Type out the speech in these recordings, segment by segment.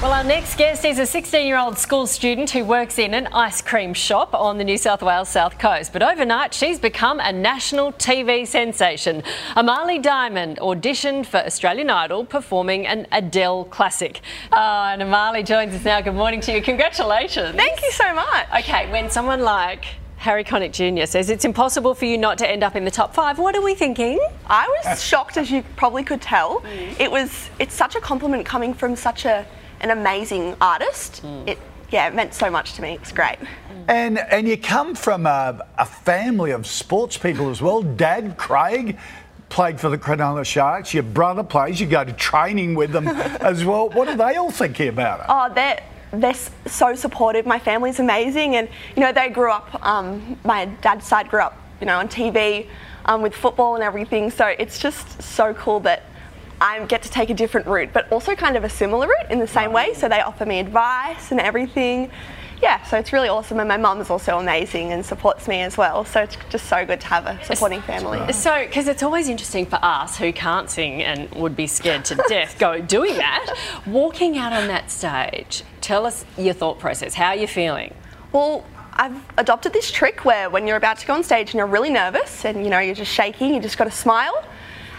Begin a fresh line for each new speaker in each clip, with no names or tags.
Well, our next guest is a 16 year old school student who works in an ice cream shop on the New South Wales South Coast. But overnight, she's become a national TV sensation. Amali Diamond auditioned for Australian Idol performing an Adele classic. Ah, and Amali joins us now. Good morning to you. Congratulations.
Thank you so much.
Okay, when someone like Harry Connick Jr. says it's impossible for you not to end up in the top five, what are we thinking?
I was shocked, as you probably could tell. It was. It's such a compliment coming from such a an amazing artist. It yeah, it meant so much to me. It was great.
And and you come from a, a family of sports people as well. Dad, Craig, played for the Cronulla Sharks. Your brother plays. You go to training with them as well. What are they all thinking about it?
Oh, they're they're s- so supportive. My family's amazing, and you know they grew up. Um, my dad's side grew up, you know, on TV um, with football and everything. So it's just so cool that I get to take a different route, but also kind of a similar route in the same way. So they offer me advice and everything. Yeah, so it's really awesome, and my mum's also amazing and supports me as well. So it's just so good to have a supporting family.
So, because it's always interesting for us who can't sing and would be scared to death go doing that, walking out on that stage, tell us your thought process. How are you feeling?
Well, I've adopted this trick where when you're about to go on stage and you're really nervous and you know you're just shaking, you just got to smile.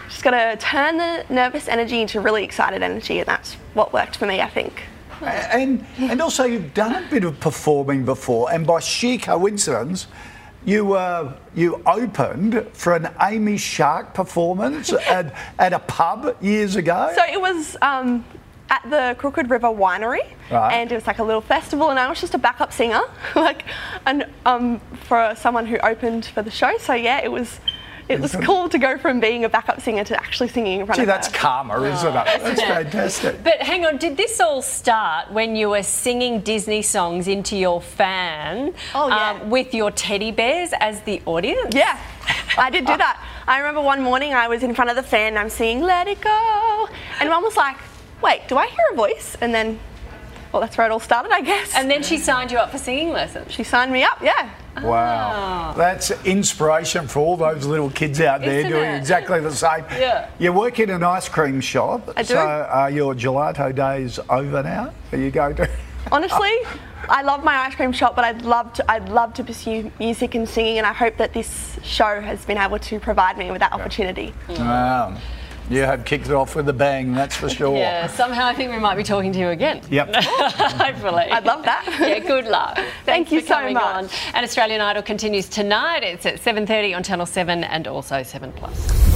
Just got to turn the nervous energy into really excited energy, and that's what worked for me, I think.
And and also you've done a bit of performing before, and by sheer coincidence, you uh, you opened for an Amy Shark performance at at a pub years ago.
So it was um, at the Crooked River Winery,
Right.
and it was like a little festival, and I was just a backup singer, like, and um, for someone who opened for the show. So yeah, it was. It was cool to go from being a backup singer to actually singing in front
Gee,
of
that's
her.
karma, isn't it? That's fantastic.
But hang on, did this all start when you were singing Disney songs into your fan um,
Oh, yeah.
with your teddy bears as the audience?
Yeah, I did do that. I remember one morning I was in front of the fan and I'm singing Let It Go. And mum was like, wait, do I hear a voice? And then, well, that's where it all started, I guess.
And then she signed you up for singing lessons.
she signed me up, yeah.
Wow. That's inspiration for all those little kids out there
Ah. Isn't
doing
it?
exactly the same.
Yeah.
You work in an ice cream shop.
I do.
So are your gelato days over now? Are you going to?
Honestly, I love my ice cream shop, but I'd love to, I'd love to pursue music and singing, and I hope that this show has been able to provide me with that opportunity.
Wow. You have kicked it off with a bang, that's for sure.
Yeah, somehow I think we might be talking to you again.
Yep.
Hopefully.
I'd love that.
yeah, good luck. Thanks
you
for
so
coming
much.
On. And Australian Idol continues tonight. It's at 7:30 on Channel 7 and also 7 Plus.